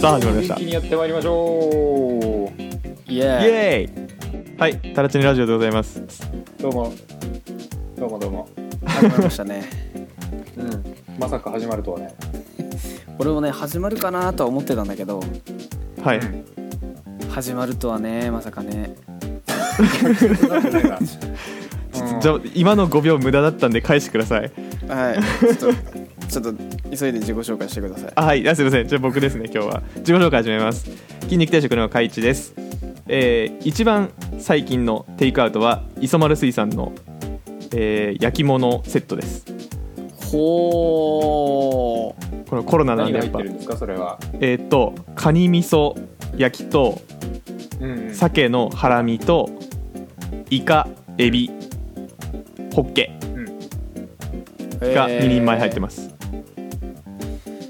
さあ始まりました元気にやってまいりましょうイエイーイエーイはいタラチネラジオでございますどうもどうもどうも、始まりましたねうん、まさか始まるとは ね俺もね始まるかなとは思ってたんだけどはい、始まるとはねまさかねじゃあ今の5秒無駄だったんで返してくださいはいちょっとちょっと急いで自己紹介してくださいあはいあすいませんじゃあ僕ですね今日は自己紹介始めます筋肉定食の海一ですえー一番最近のテイクアウトは磯丸水産の、えー焼き物セットですほこのコロナなん何でがや入っっぱてるんですかそれは、えーっとカニ味噌焼きとうんうん鮭のハラミとイカエビホッケーが2人前入ってます、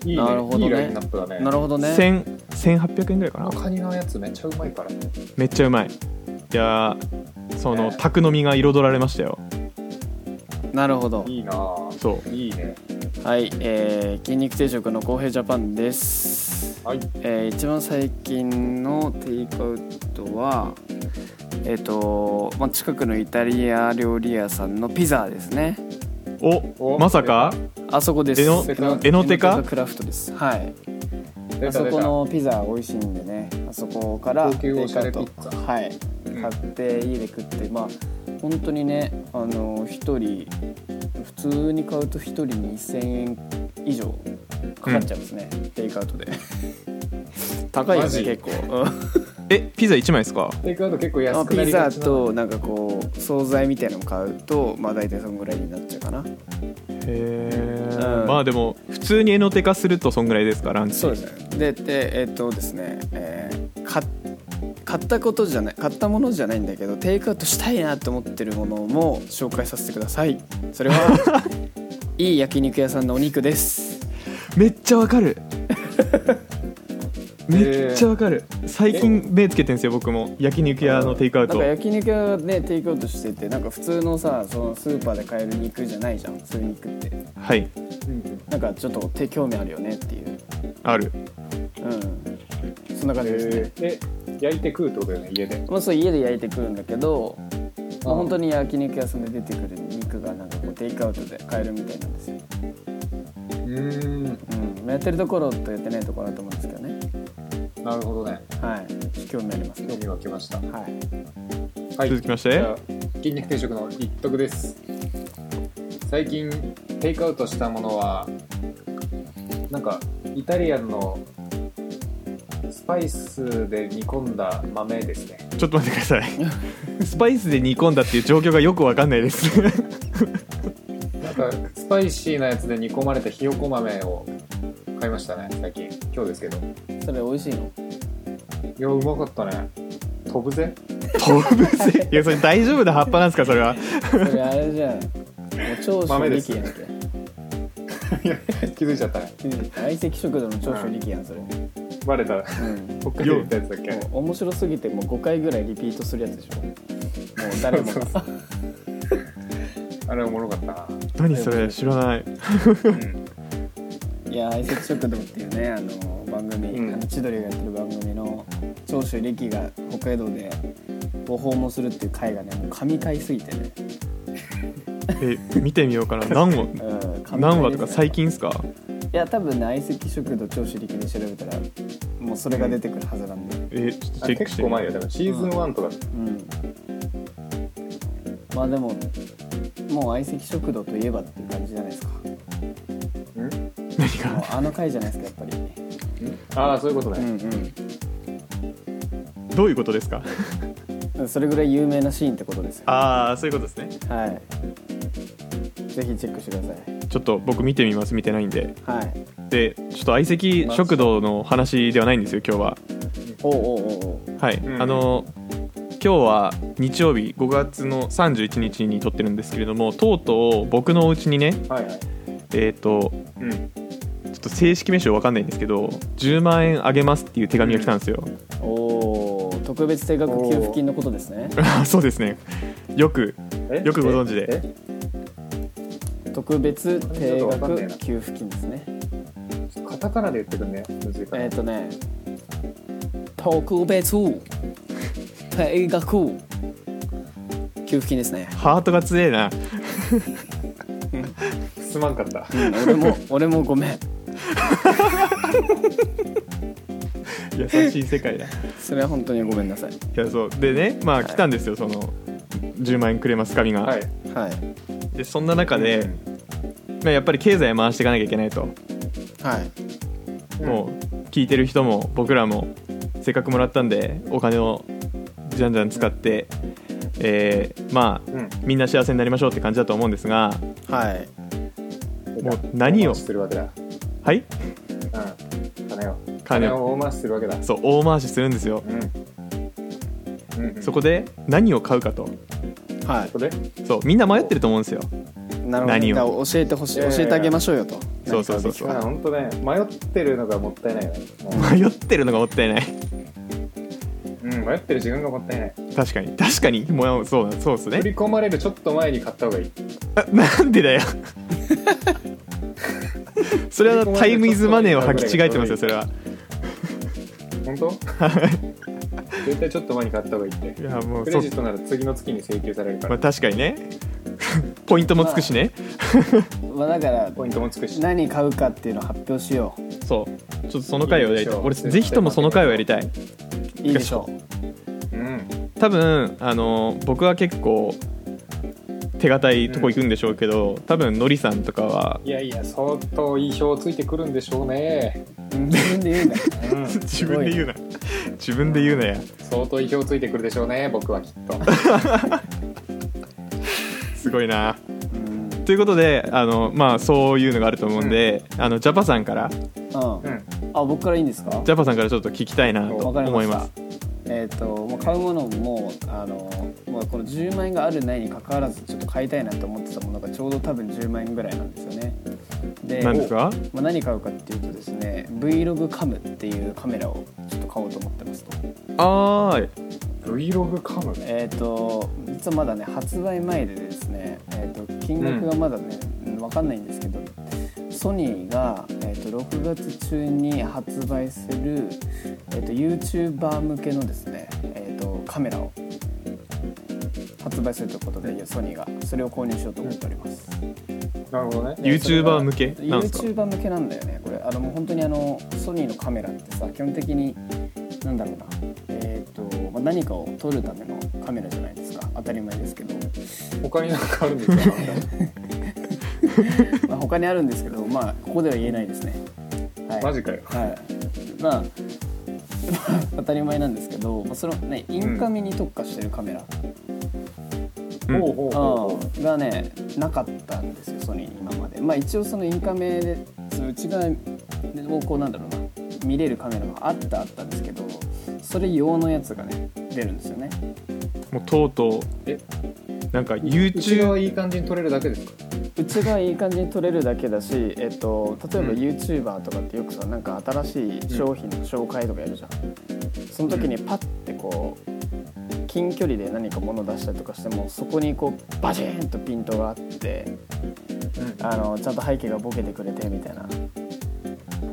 いいねなるほどねいいラインナップだねなるほどね千1800円ぐらいかなカニのやつめっちゃうまいからねめっちゃうまいいやーそのね宅飲みが彩られましたよなるほどいいなぁそういいねはい、えー、筋肉定食の公平ジャパンです、はいえー一番最近のテイクアウトはえっ、と、まあ、近くのイタリア料理屋さんのピザですねおおまさかあそこですえのえのてかえのクラフトですはい出あたそ出こたのピザ美味しいんでねあそこから高級おしゃれピッツァテイクアウトはいうん買って家で食ってまあ本当にねあの1人普通に買うと1人2000円以上かかっちゃいますね、テイクアウトで 高いよマジね結構うんえピザ1枚ですかテイクアウト結構まあ安くなピりがザちなとなんかこう惣菜みたいなの買うとまあ大体そんぐらいになっちゃうかなへえ、うんまあでも普通にエノテカするとそんぐらいですかランチそうですねででえっ、とですね、えーか買ったことじゃない買ったものじゃないんだけどテイクアウトしたいなと思ってるものも紹介させてくださいそ れはいい焼肉屋さんのお肉ですめっちゃわかるめっちゃわかる最近目つけてんすよ僕も焼肉屋のテイクアウなんトか焼肉屋でテイクアウトしててなんか普通のさそのスーパーで買える肉じゃないじゃんそういう肉ってはいうんうんなんかちょっと手興味あるよねっていうあるうんそんな感じですねえーえ焼いて食うってことだよね家でまあ、そう家で焼いてくるんだけど、まあ、うん本当に焼肉屋さんで出てくる肉がなんかこうテイクアウトで買えるみたいなんですよ、うんうんまあやってるところとやってないところだと思うんですけどねなるほどねはい興味あります興ね味湧きましたはいはい、続きましてじゃあ筋肉定食の一徳です最近テイクアウトしたものはなんかイタリアンのスパイスで煮込んだ豆ですねちょっと待ってくださいスパイスで煮込んだっていう状況がよくわかんないです なんかスパイシーなやつで煮込まれたひよこ豆を買いましたね最近今日ですけどいそれ美味しいのやうまかったね飛ぶぜ 飛ぶぜいやそれ大丈夫な葉っぱなんですかそれはそれあれじゃんもう長豆州で力すやんけいや気づいちゃったね相席食堂の長州力やんそれ、うバレたん、北海道行ったやつだっけもう面白すぎてもう5回ぐらいリピートするやつでしょもう誰も そうそがあれおもろかったな何それ知らないいや相席食堂っていうねあの番組、うんあの千鳥がやってる番組の長州力が北海道でご訪問するっていう回がねもう神回すぎてね、え見てみようか な何話うん、神回何話とですかね最近ですかいや多分ね相席食堂長州力で調べたらもうそれが出てくるはずなんでえちょっとあチェックし結て構みよ前よ多分シーズン1とかうん、まあでももう相席食堂といえばっていう感じじゃないですかも うんう何がうあの回じゃないですかやっぱりああそういうことね、うどういうことですかんうんそれぐらい有名なシーンってことですよ ああそういうことですねはいぜひチェックしてくださいちょっと僕見てみます見てないんではい。でちょっと相席食堂の話ではないんですよ今日はおうおうおうおう。はい、うんあの今日は日曜日5月の31日に撮ってるんですけれどもとうとう僕のお家にねはいはいえっ、とうんちょっと正式名称わかんないんですけど10万円あげますっていう手紙が来たんですよ、おお、特別定額給付金のことですね。 そうですねよくえよくご存知でえ特別定額給付金ですね。えカタカナで言ってくんねむずいかえらっ、とね、特別定額給付金ですね、ハートが強えなすまんかったうん、俺も俺もごめん優しい世界だいそれは本当にごめんなさいやそうでねまあ来たんですよその10万円くれます紙が、はいはいでそんな中で、うんまあ、やっぱり経済回していかなきゃいけないと、はいもう聞いてる人も僕らもせっかくもらったんでお金をじゃんじゃん使って、えーまあうんみんな幸せになりましょうって感じだと思うんですがはいもう何を大回しするわけだはいうん金を金金をを大回しするわけだそう大回しするんですようん、うんうん、そこで何を買うかとはそこでそうみんな迷ってると思うんですよ いなるほど何をだから教えてほしいいやいやい教やえてあげましょうよとそうそうそうそうあ本当ね迷ってるのがもったいないよねも迷ってるのがもったいないう、うん、迷ってる自分がもったいない確かに確かにもうそうそうです振ねり込まれるちょっと前に買った方がいいあなんでだよそれはタイムイズマネーを履き違えてますよそれは本 当絶対ちょっと前に買った方がいいっていやもうクそレうジットなら次の月に請求されるから、まあ確かにねポイントもつくしね、まあだからポイントもつくし何買うかっていうのを発表しようそうちょっとその回をやりたいいでいしょう俺ぜひともその回をやりたいいいでしょうん多分あの僕は結構手堅いとこ行くんでしょうけど、多分のりさんとかはい やいや相当いい票ついてくるんでしょうね、ううん自分で言うんだようん、自分で言うな自分で言うなや相当いい票ついてくるでしょうね僕はきっとすごいなうんということであのまあそういうのがあると思うんで、あのジャパさんからうんうんあ僕からいいんですかジャパさんからちょっと聞きたいなとわかりま思いしたますえっ、ともう買うものもあのもうこの10万円があるないにかかわらずちょっと買いたいなと思ってたものがちょうど多分10万円ぐらいなんですよねで何ですかまあ、何買うかっていうとですね Vlog カムっていうカメラをちょっと買おうと思ってますと,、あー Vlog カムねえー、と実はまだね発売前でですね、えー、と金額がまだね、分かんないんですけどソニーが、えー、と6月中に発売する、えー、と YouTuber 向けのですね、えー、とカメラを発売するということでソニーがそれを購入しようと思っております。なるほどねねそれ YouTuber が向けなんですか YouTuber 向けなんだよねこれあのもう本当にあのソニーのカメラってさ基本的になんだろうなえっ、と、まあ、何かを撮るためのカメラじゃないですか当たり前で すけど、他になんかあ るんですかまあ、他にあるんですけどまあここでは言えないですねはいマジかよはいまあ 当たり前なんですけど、まあ、そのねインカメに特化してるカメラ、うほんうほうほうほうんがねなかったんですよソニーに今までまあ一応そのインカメでその内側をこうなんだろうな見れるカメラがあったあったんですけどそれ用のやつがね出るんですよねもうとうとえうなんかううち YouTube はいい感じに撮れるだけですか内側いい感じに撮れるだけだし、えっと、例えばうん YouTuber とかってよくさなんか新しい商品の紹介とかやるじゃんその時にパッてこう近距離で何か物出したりとかしてもそこにこうバチーンとピントがあってあのちゃんと背景がボケてくれてみたいな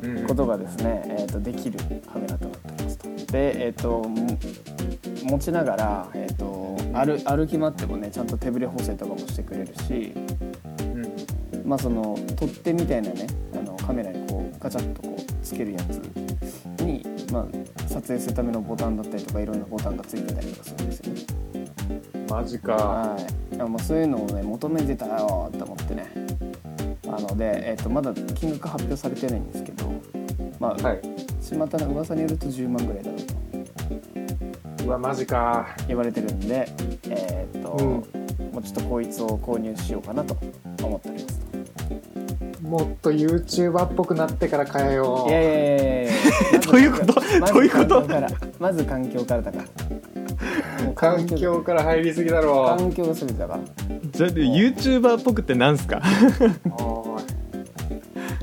うん、うんことがですね、えー、とできるカメラとなっておりますと。で、えー、とも持ちながら、えー、と歩歩き回ってもねちゃんと手ぶれ補正とかもしてくれるし、うんまあ、その取っ手みたいなねあのカメラにこうガチャッとこうつけるやつに、まあ、撮影するためのボタンだったりとかいろんなボタンがついてたりとかするんですよね。マジかはい、いやもうそういうのをね求めてたよと思ってねなので、えー、とまだ金額発表されてないんですけど、まあはい巷の噂によると10万ぐらいだろうとうわマジか言われてるんでえーっと、うんもうちょっとこいつを購入しようかなと思っておりますもっと YouTuber っぽくなってから変え よとういやいやいやいやどういうことまずどういうこと環境からまず環境からだからもう環境から入りすぎだろ環境が全てだからじゃあ YouTuber っぽくってなんすうかお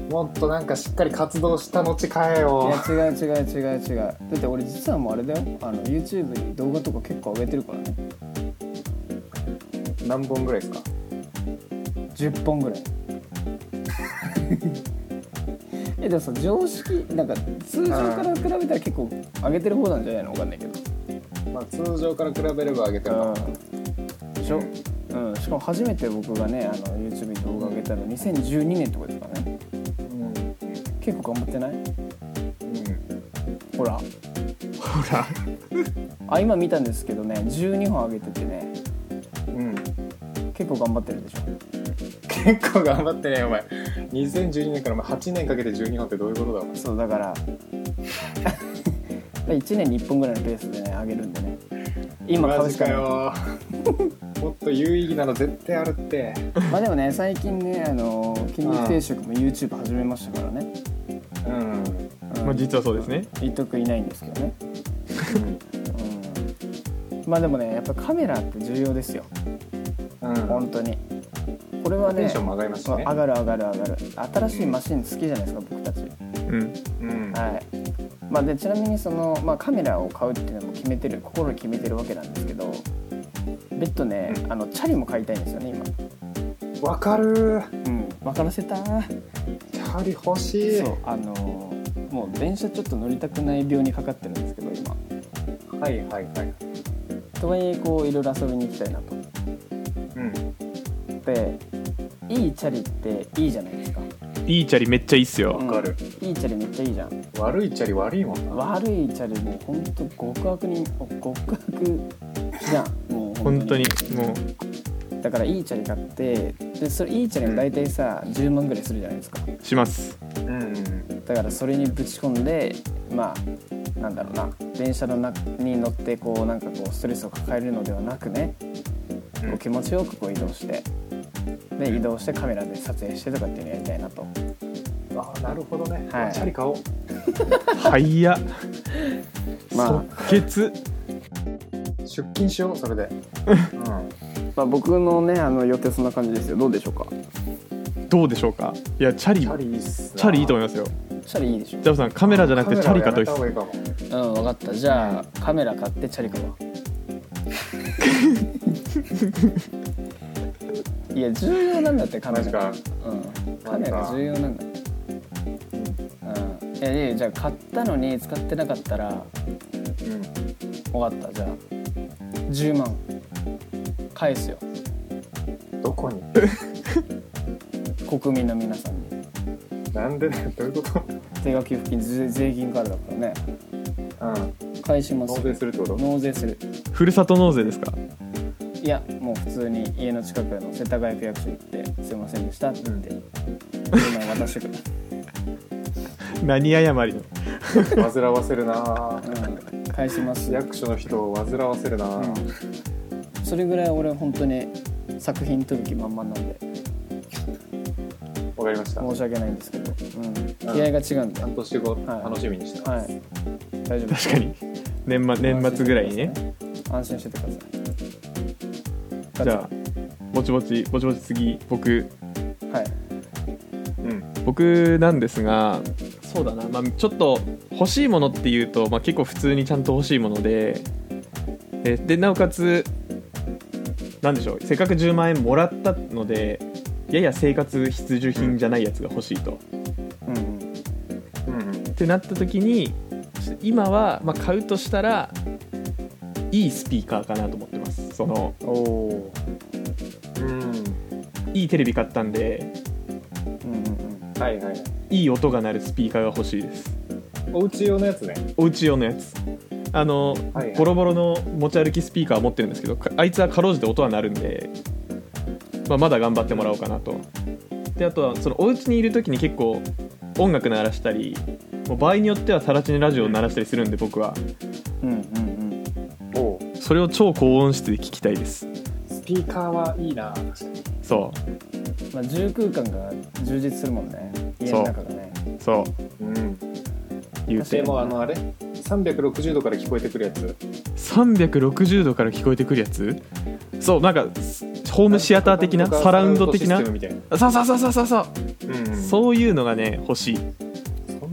いもっとなんかしっかり活動した後変えよういや違う違う違う違うだって俺実はもうあれだよあの YouTube に動画とか結構上げてるからね何本ぐらいですか10本ぐらいいえでもその常識なんか通常から比べたら結構上げてる方なんじゃないのわかんないけどまあ、通常から比べれば上げてるなうんしょ、うん、しかも初めて僕がねあの YouTube に動画上げたの2012年ってことですからねうん結構頑張ってないうんほらほらあ今見たんですけどね12本上げててねうん結構頑張ってるでしょ結構頑張ってねお前2012年からお前8年かけて12本ってどういうことだお前そうだから 1年に1本ぐらいのペースでね上げるんでね今買マうジしかかないよもっと有意義なの絶対あるってまあでもね最近ねあの筋肉定食も YouTube 始めましたからね、うんうんまあ実はそうですね言っとくいないんですけどね、うん、まあでもねやっぱカメラって重要ですようん、本当にこれはテねンションも上がりますしそうね上がる上がる上がる新しいマシン好きじゃないですか僕たちうんうんはいまあ、でちなみにその、まあ、カメラを買うっていうのも決めてる心に決めてるわけなんですけど別途ね、うあのチャリも買いたいんですよねわかる今うん分からせたチャリ欲しいそうあのーもう電車ちょっと乗りたくない病にかかってるんですけど今はいはいはいとはいえこういろいろ遊びに行きたいなと思うんっていいチャリっていいじゃないですかいいチャリめっちゃいいっすよ、わかる、いいチャリめっちゃいいじゃん悪いチャリ悪いもんな悪いチャリもうほんと極悪に極悪じゃんもう本当にもうだからいいチャリ買ってでそれいいチャリも大体さ、10万ぐらいするじゃないですかしますうんうんだからそれにぶち込んでまあなんだろうな電車の中に乗ってこうなんかこうストレスを抱えるのではなくね、うんこう気持ちよくこう移動してで移動してカメラで撮影してとかっていうのやりたいなとあーなるほどね、はいチャリ買おう早っま即決出勤しようそれでうんまあ僕のねあの予定そんな感じですよどうでしょうかどうでしょうかいやチャリチチャャリリいいっすいいと思う思いますよチャリいいでしょジャブさんカメラじゃなくてチャリかといいっカすメラはやめた方がいいかうん分かったじゃあカメラ買ってチャリ買お ういや重要なんだってカもマメジラかうん、カメラ重要なんだうんいやいやじゃあ買ったのに使ってなかったらうん分かったじゃあ10万返すよどこに国民の皆さんになんでねどういうこと定額給付金税税金からだからねうん返します納よ税するってこと納税するふるさと納税ですかいやもう普通に家の近くの世田谷区役所行ってすいませんでしたって言って、10万渡してくる、何謝りの煩わせるなうん、返します市よ役所の人を煩わせるな、それぐらい俺本当に作品撮る気満々なんでわかりました申し訳ないんですけど、うん、気合が違うんで、半年後、はい楽しみにしてます、はい大丈夫確かに年末年末ぐらいにね安心しててくださいじゃあぼちぼちぼちぼち次僕あはいうん僕なんですがそうだな、まあ、ちょっと欲しいものっていうと、まあ、結構普通にちゃんと欲しいものでえでなおかつなんでしょうせっかく10万円もらったのでやや生活必需品じゃないやつが欲しいと、うんうんうんってなった時にちょっと今は、まあ、買うとしたらいいスピーカーかなと思ってますそのおおうんいいテレビ買ったんでうんうんうんはいはいいい音が鳴るスピーカーが欲しいですお家用のやつねお家用のやつあの、はいはいボロボロの持ち歩きスピーカーを持ってるんですけどかあいつはかろうじて音は鳴るんで、まあ、まだ頑張ってもらおうかなとであとはそのお家にいる時に結構音楽鳴らしたりもう場合によってはさらちにラジオを鳴らしたりするんで僕はうんうんおうそれを超高音質で聞きたいですスピーカーはいいな確かにそまあ重空間が充実するもんね家の中がねうそううん言うでてもあのあれ360度から聞こえてくるやつ360度から聞こえてくるやつそうなんかすホームシアター的なサラウンド的なサラウンドシステムみそうそうそうそうそうそうたいな、うんうんそそういうのがね欲しいん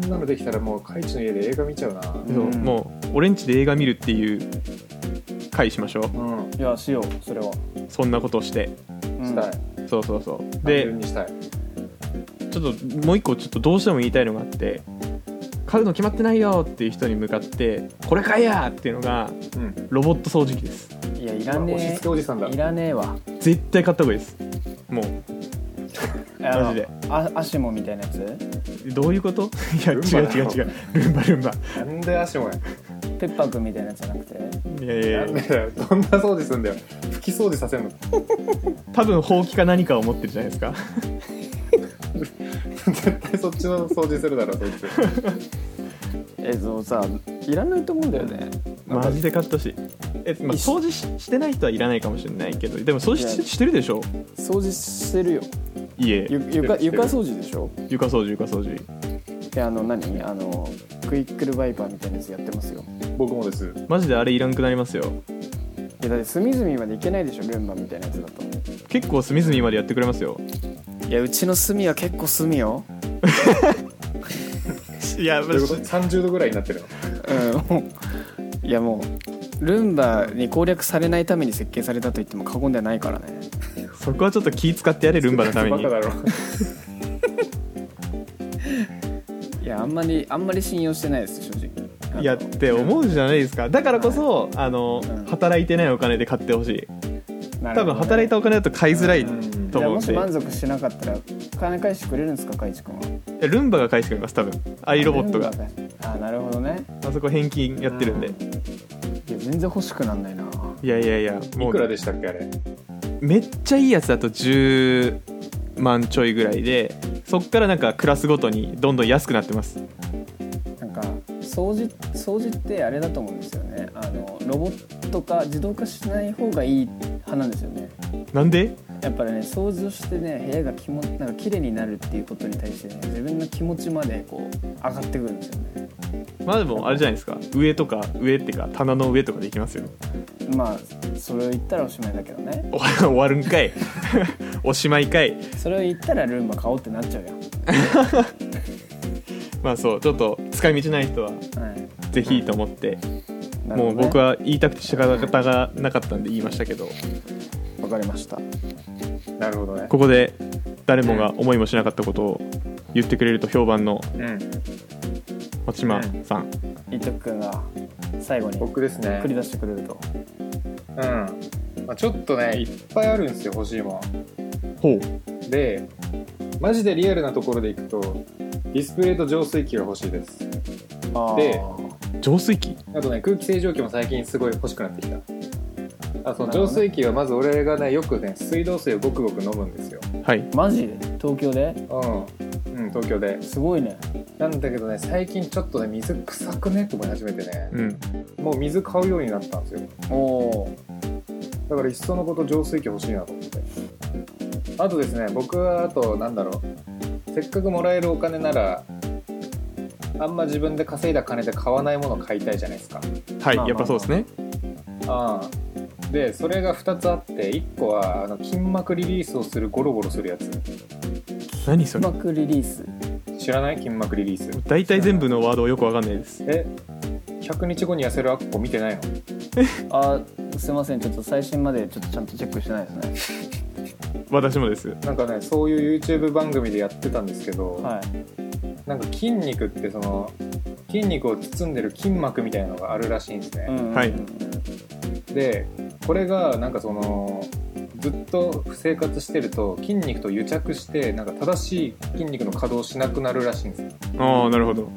なのできたらもうカイチの家で映画見ちゃうなそううんもう俺んちで映画見るっていう回しましょううんいやしようそれは、そんなことをしてうんしたいそうそうそう単で純にしたいちょっともう一個ちょっとどうしても言いたいのがあって買うの決まってないよっていう人に向かってこれ買えやっていうのがうんロボット掃除機ですいやいら今ね押し付けおじさんだえいらねえわ絶対買った方がいいですもマジであのあアシモみたいなやつうどういうこといやルンバ違うだ違よう違うルンバルンバなんで足もやペッパーくんみたいなやつじゃなくていやいやないんやでだよどんな掃除すんだよ拭き掃除させんの多分ほうきか何かを持ってるじゃないですか絶対そっちの掃除するだろそいつえそうさいらないと思うんだよねマジで買ったしえ、まあ、掃除ししてない人はいらないかもしれないけどでも掃除いしやしてるでしょ掃除してるよ家ゆ床してる床掃除でしょ床掃除床掃除であの何あのクイックルワイパーみたいなやつやってますよ僕もですマジであれいらんくなりますよいやだって隅々までいけないでしょルンバみたいなやつだと結構隅々までやってくれますよいやうちの隅は結構隅よいやということで30度ぐらいになってるのうん もういやもうルンバに攻略されないために設計されたと言っても過言ではないからねそこはちょっと気使ってやれルンバのためにバカだろいやあんまりあんまり信用してないです正直いやって思うじゃないですかだからこそあのうん働いてないお金で買ってほしい多分働いたたお金だと買いづらいうんと思うもんしで満足してなかったら金返してくれるんですか海地君はいやルンバが返してくれます多分アイロボットがルンバあなるほどねあそこ返金やってるんでうんいや全然欲しくなんないないやいやいやもいくらうでしたっけあれめっちゃいいやつだと10万ちょいぐらいでそっからなんかクラスごとにどんどん安くなってますなんか掃除掃除ってあれだと思うんですよねあのロボット化自動化しない方がいい派なんですよねなんでやっぱりね掃除をしてね部屋がきもなんか綺麗になるっていうことに対してね自分の気持ちまでこう上がってくるんですよねまあでもあれじゃないですか上とか上ってか棚の上とかできますよ まあそれを言ったらおしまいだけどね終わるんかい おしまいかいそれを言ったらルンバ買おうってなっちゃうよ、まあそうちょっと使い道ない人ははいぜひと思って、なるもほどねう僕は言いたくて仕方がなかったんで言いましたけどわかりましたなるほどねここで誰もが思いもしなかったことを言ってくれると評判のうん松島さん、伊藤君が最後に僕ですね繰り出してくれるとうん、まあ、ちょっとねいっぱいあるんですよ欲しいもほうんでマジでリアルなところでいくとディスプレイと浄水器が欲しいですあーで浄水器あとね空気清浄機も最近すごい欲しくなってきたあそのなるほどね浄水器はまず俺がねよくね水道水をごくごく飲むんですよはいマジで東京でうん、うん、東京ですごいねなんだけどね最近ちょっとね水臭くねって思い始めてねうんもう水買うようになったんですよおおーだからいっそのこと浄水器欲しいなと思ってあとですね僕はあとなんだろうせっかくもらえるお金ならあんま自分で稼いだ金で買わないもの買いたいじゃないですかはい、まあまあやっぱそうですねああでそれが2つあって1個はあの筋膜リリースをするゴロゴロするやつ何それマクリリース知らない筋膜リリース大体全部のワードよくわかんないですえ100日後に痩せるアッコ見てないのあーすいませんちょっと最新までちょっとちゃんとチェックしてないですね私もですなんかねそういう YouTube 番組でやってたんですけど、はいなんか筋肉ってその筋肉を包んでる筋膜みたいなのがあるらしいんですうね、んうんうんはいでこれがなんかそのずっと生活してると筋肉と癒着してなんか正しい筋肉の稼働しなくなるらしいんですよああなるほど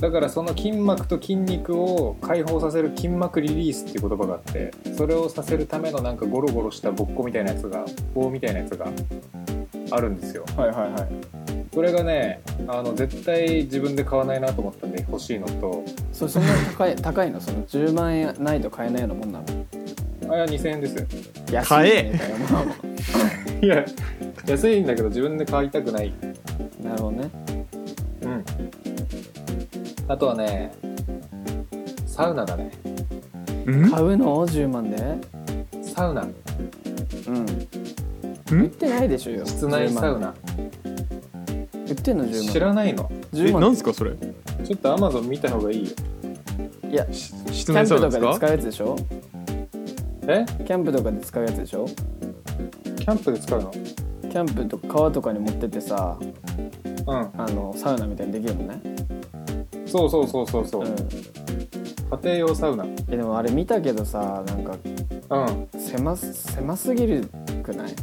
だからその筋膜と筋肉を解放させる筋膜リリースっていう言葉があってそれをさせるためのなんかゴロゴロしたぼっこみたいなやつが棒みたいなやつがあるんですよはいはいはいそれがねあの絶対自分で買わないなと思ったんで欲しいのとそそんな高い 高いのその10万円ないと買えないようなもんなのあれは2000円ですよ安買いえねみたいなまあまいや安いんだけど自分で買いたくないあなるほどねうんあとはねサウナだねうん買うの10万でサウナうんん売ってないでしょよ室内10万サウナ売ってんの10万知らないのえ10万なんですかそれちょっとアマゾン見た方がいいよいやし室キャ内ンサウプナでとすかでか使うやつでしょえキャンプとかで使うやつでしょキキャンプで使うのャキャンプとか川とかに持ってってさうんあのサウナみたいにできるのね、そうそうそうそうそうう、ん、家庭用サウナうんえでもあれ見たけどさなんか狭す狭すぎるくない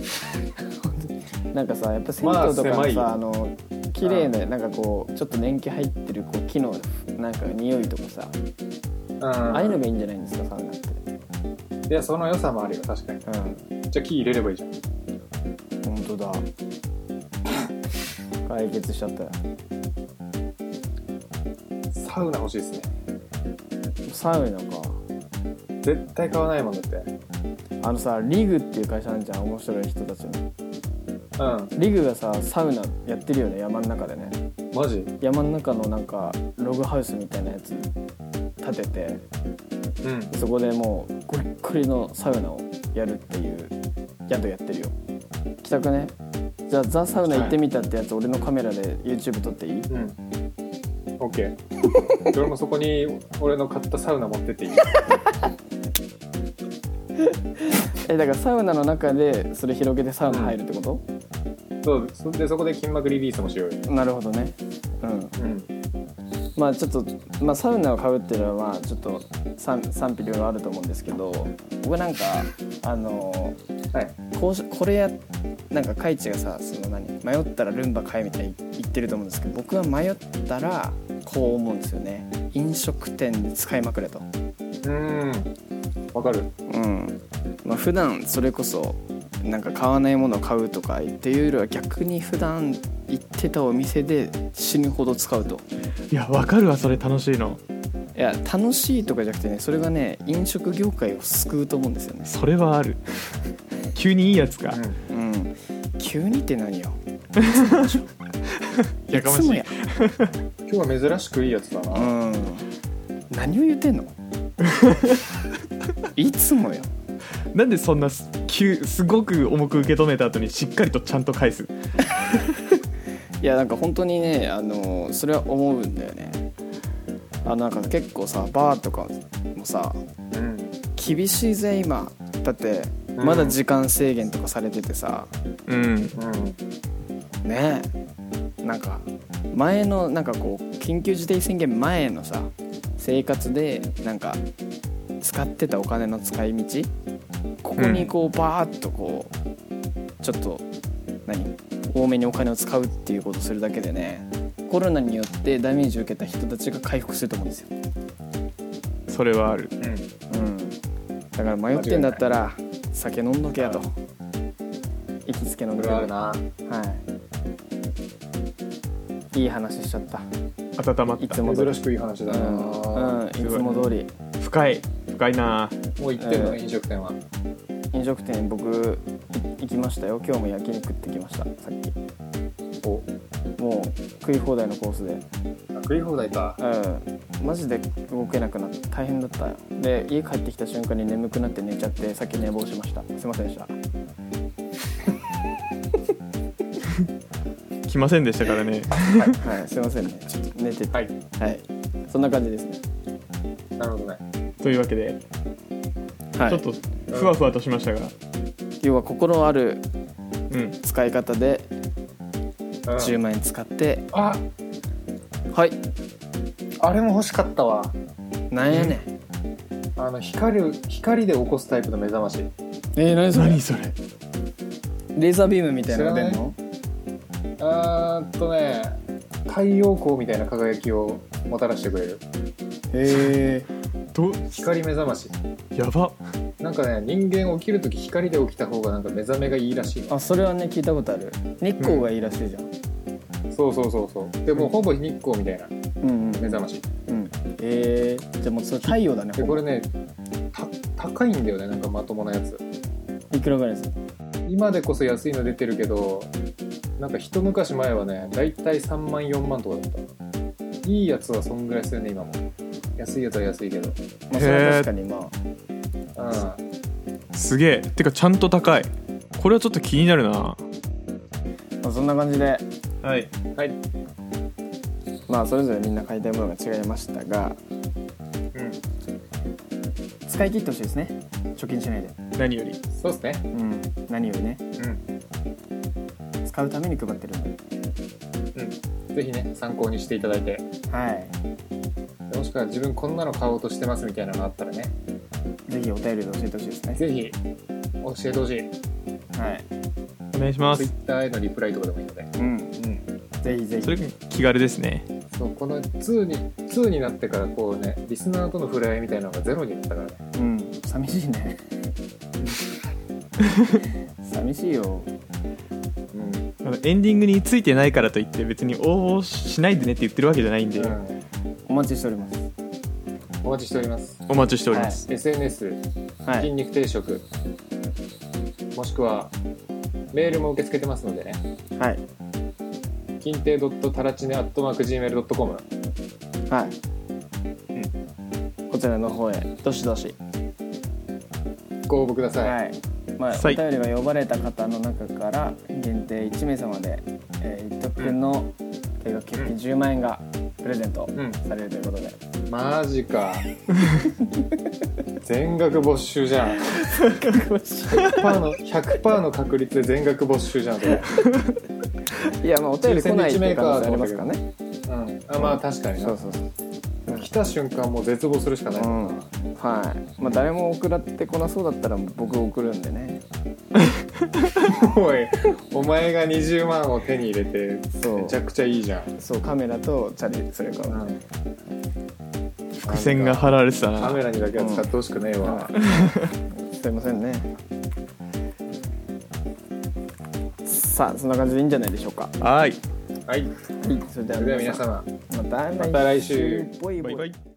なんかさやっぱ銭湯まあとかのさ、狭いよあ、の綺麗ななんかこうちょっと年季入ってるこう木のなんか匂いとかさ、うんああいうのがいいんじゃないんですかサウナっていやその良さもあるよ確かにうじゃあ木入れればいいじゃんん本当だ解決しちゃったよサウナ欲しいですねサウナか絶対買わないもんだってあのさリグっていう会社あんじゃん面白い人たちのうリグがさサウナやってるよね山の中でねんマジ山の中のなんかログハウスみたいなやつ建ててうんそこでもうゴリッゴリのサウナをやるっていう宿やってるよ来たくねじゃあザ・サウナ行ってみたってやつ、俺のカメラで YouTube 撮っていいうん。オッケ ー。俺もそこに俺の買ったサウナ持ってっていい。えだからサウナの中でそれ広げてサウナ入るってこと、そう。そでそこで筋膜リリースもしようよ。なるほどねうんうん。まあちょっと、まあ、サウナを買うっていうのはまあちょっと賛賛否両論あると思うんですけど僕なんかあのはい。こうしこれやなんかカイチがさその何迷ったらルンバ買えみたいに言ってると思うんですけど僕は迷ったらこう思うんですよね飲食店で使いまくれと。うん。わかる。うんまあ、普段それこそなんか買わないものを買うとかっていうよりは逆に普段行ってたお店で死ぬほど使うといやわかるわそれ楽しいのいや楽しいとかじゃなくてねそれがね飲食業界を救うと思うんですよねそれはあ る急にいいやつか、ううん急にって何よやかましいつもやん。今日は珍しくいいやつだうな。ん何を言ってんのいつもよなんでそんなす急すごく重く受け止めた後にしっかりとちゃんと返すいやなんか本当にねあのそれは思うんだよねあなんか結構さバーとかもさうん。厳しいぜ今だってうんまだ時間制限とかされててさ、うんうん。ねえなんか前のなんかこう緊急事態宣言前のさ生活でなんか使ってたお金の使い道ここにこうバーッとこうちょっと何多めにお金を使うっていうことをするだけでねコロナによってダメージを受けた人たちが回復すると思うんですよ、それはあるうん。うん、だから迷ってんだったら酒飲んどけやと行きつけのこ店れではあるな。はい。いい話しちゃった。温まっいたつも通珍り。しくいい話だうな。ん、うん、いつも通り。深い深いなもう行ってんの、えー飲食店は。飲食店僕い行きましたよ。今日も焼肉食ってきました。さっお。き。もう食い放題のコースで。あ食い放題か。うん。マジで動けなくなって大変だったよ。で家帰ってきた瞬間に眠くなって寝ちゃってさっき寝坊しました。すいませんでした。来ませんでしたからねはい。すいませんね。ちょっと寝てて。はい。はい。そんな感じですね。なるほどね。というわけで、はい。ちょっとふわふわとしましたが要は心あるうん使い方でうん10万円使って、あ、はいあれも欲しかったわ。なんやねんあの光る光で起こすタイプの目覚まし。えー、何何それレーザービームみたいなの知出らなんいのあーっとね太陽光みたいな輝きをもたらしてくれるへえど光目覚ましやばなんかね人間起きる時光で起きた方がなんか目覚めがいいらしいあそれはね聞いたことある日光がいいらしいじゃん、そうそうそうそうでもうほぼ日光みたいなうん、うん目覚ましうんえー、じゃあもうそれ太陽だねでほぼこれねた高いんだよねなんかまともなやついくらぐらいです今でこそ安いの出てるけどなんか一昔前はねだいたい3万4万とかだったいいやつはそんぐらいするね今も安いやつは安いけどまあそれは確かにまあうんすげえてかちゃんと高いこれはちょっと気になるなまあそんな感じではいはい、まあそれぞれみんな買いたいものが違いましたがうん、使い切ってほしいですね貯金しないで何よりそうっすねうん何よりねうん使うために配ってるのでうん、ぜひね参考にしていただいてはいもしくは自分こんなの買おうとしてますみたいなのがあったらねぜひお便りで教えてほしいですねぜひ教えてほしいはいお願いします Twitter へのリプライとかでもいいので、ううんん、ぜひぜひそれ気軽ですねそうこの2に2になってからこうねリスナーとの触れ合いみたいなのがゼロになったからねうん寂しいね寂しいようん、あのエンディングについてないからといって別に応募しないでねって言ってるわけじゃないんで、うん、お待ちしておりますお待ちしておりますお待ちしております、 SNS は筋い肉定食、もしくはメールも受け付けてますのでねはい金亭タラチネ Gmail.com はい、うこちらの方へどしどしご応募ください、はい、まあ、おはい便りが呼ばれた方の中から限定1名様で、えー、一徳くんの計画欠金10万円がプレゼントうんされるということで、マジか全額没収じゃん100%の100%の確率で全額没収じゃんそれ、いやまあお便り来ないっていう可能性ありますからねうん、あまあ確かにそなうそうそう来た瞬間もう絶望するしかない、うんはいまあ誰も送らってこなそうだったら僕送るんでねおいお前が20万を手に入れてそうめちゃくちゃいいじゃん、そうカメラとチャリそれかうら、ん、伏線が張られてたカなメラにだけは使ってほしくねえわ、はいすいませんねさあそんな感じでいいんじゃないでしょうかはいはいはいそれではそれでは皆皆さん様またまた来週ボイボバイイバイ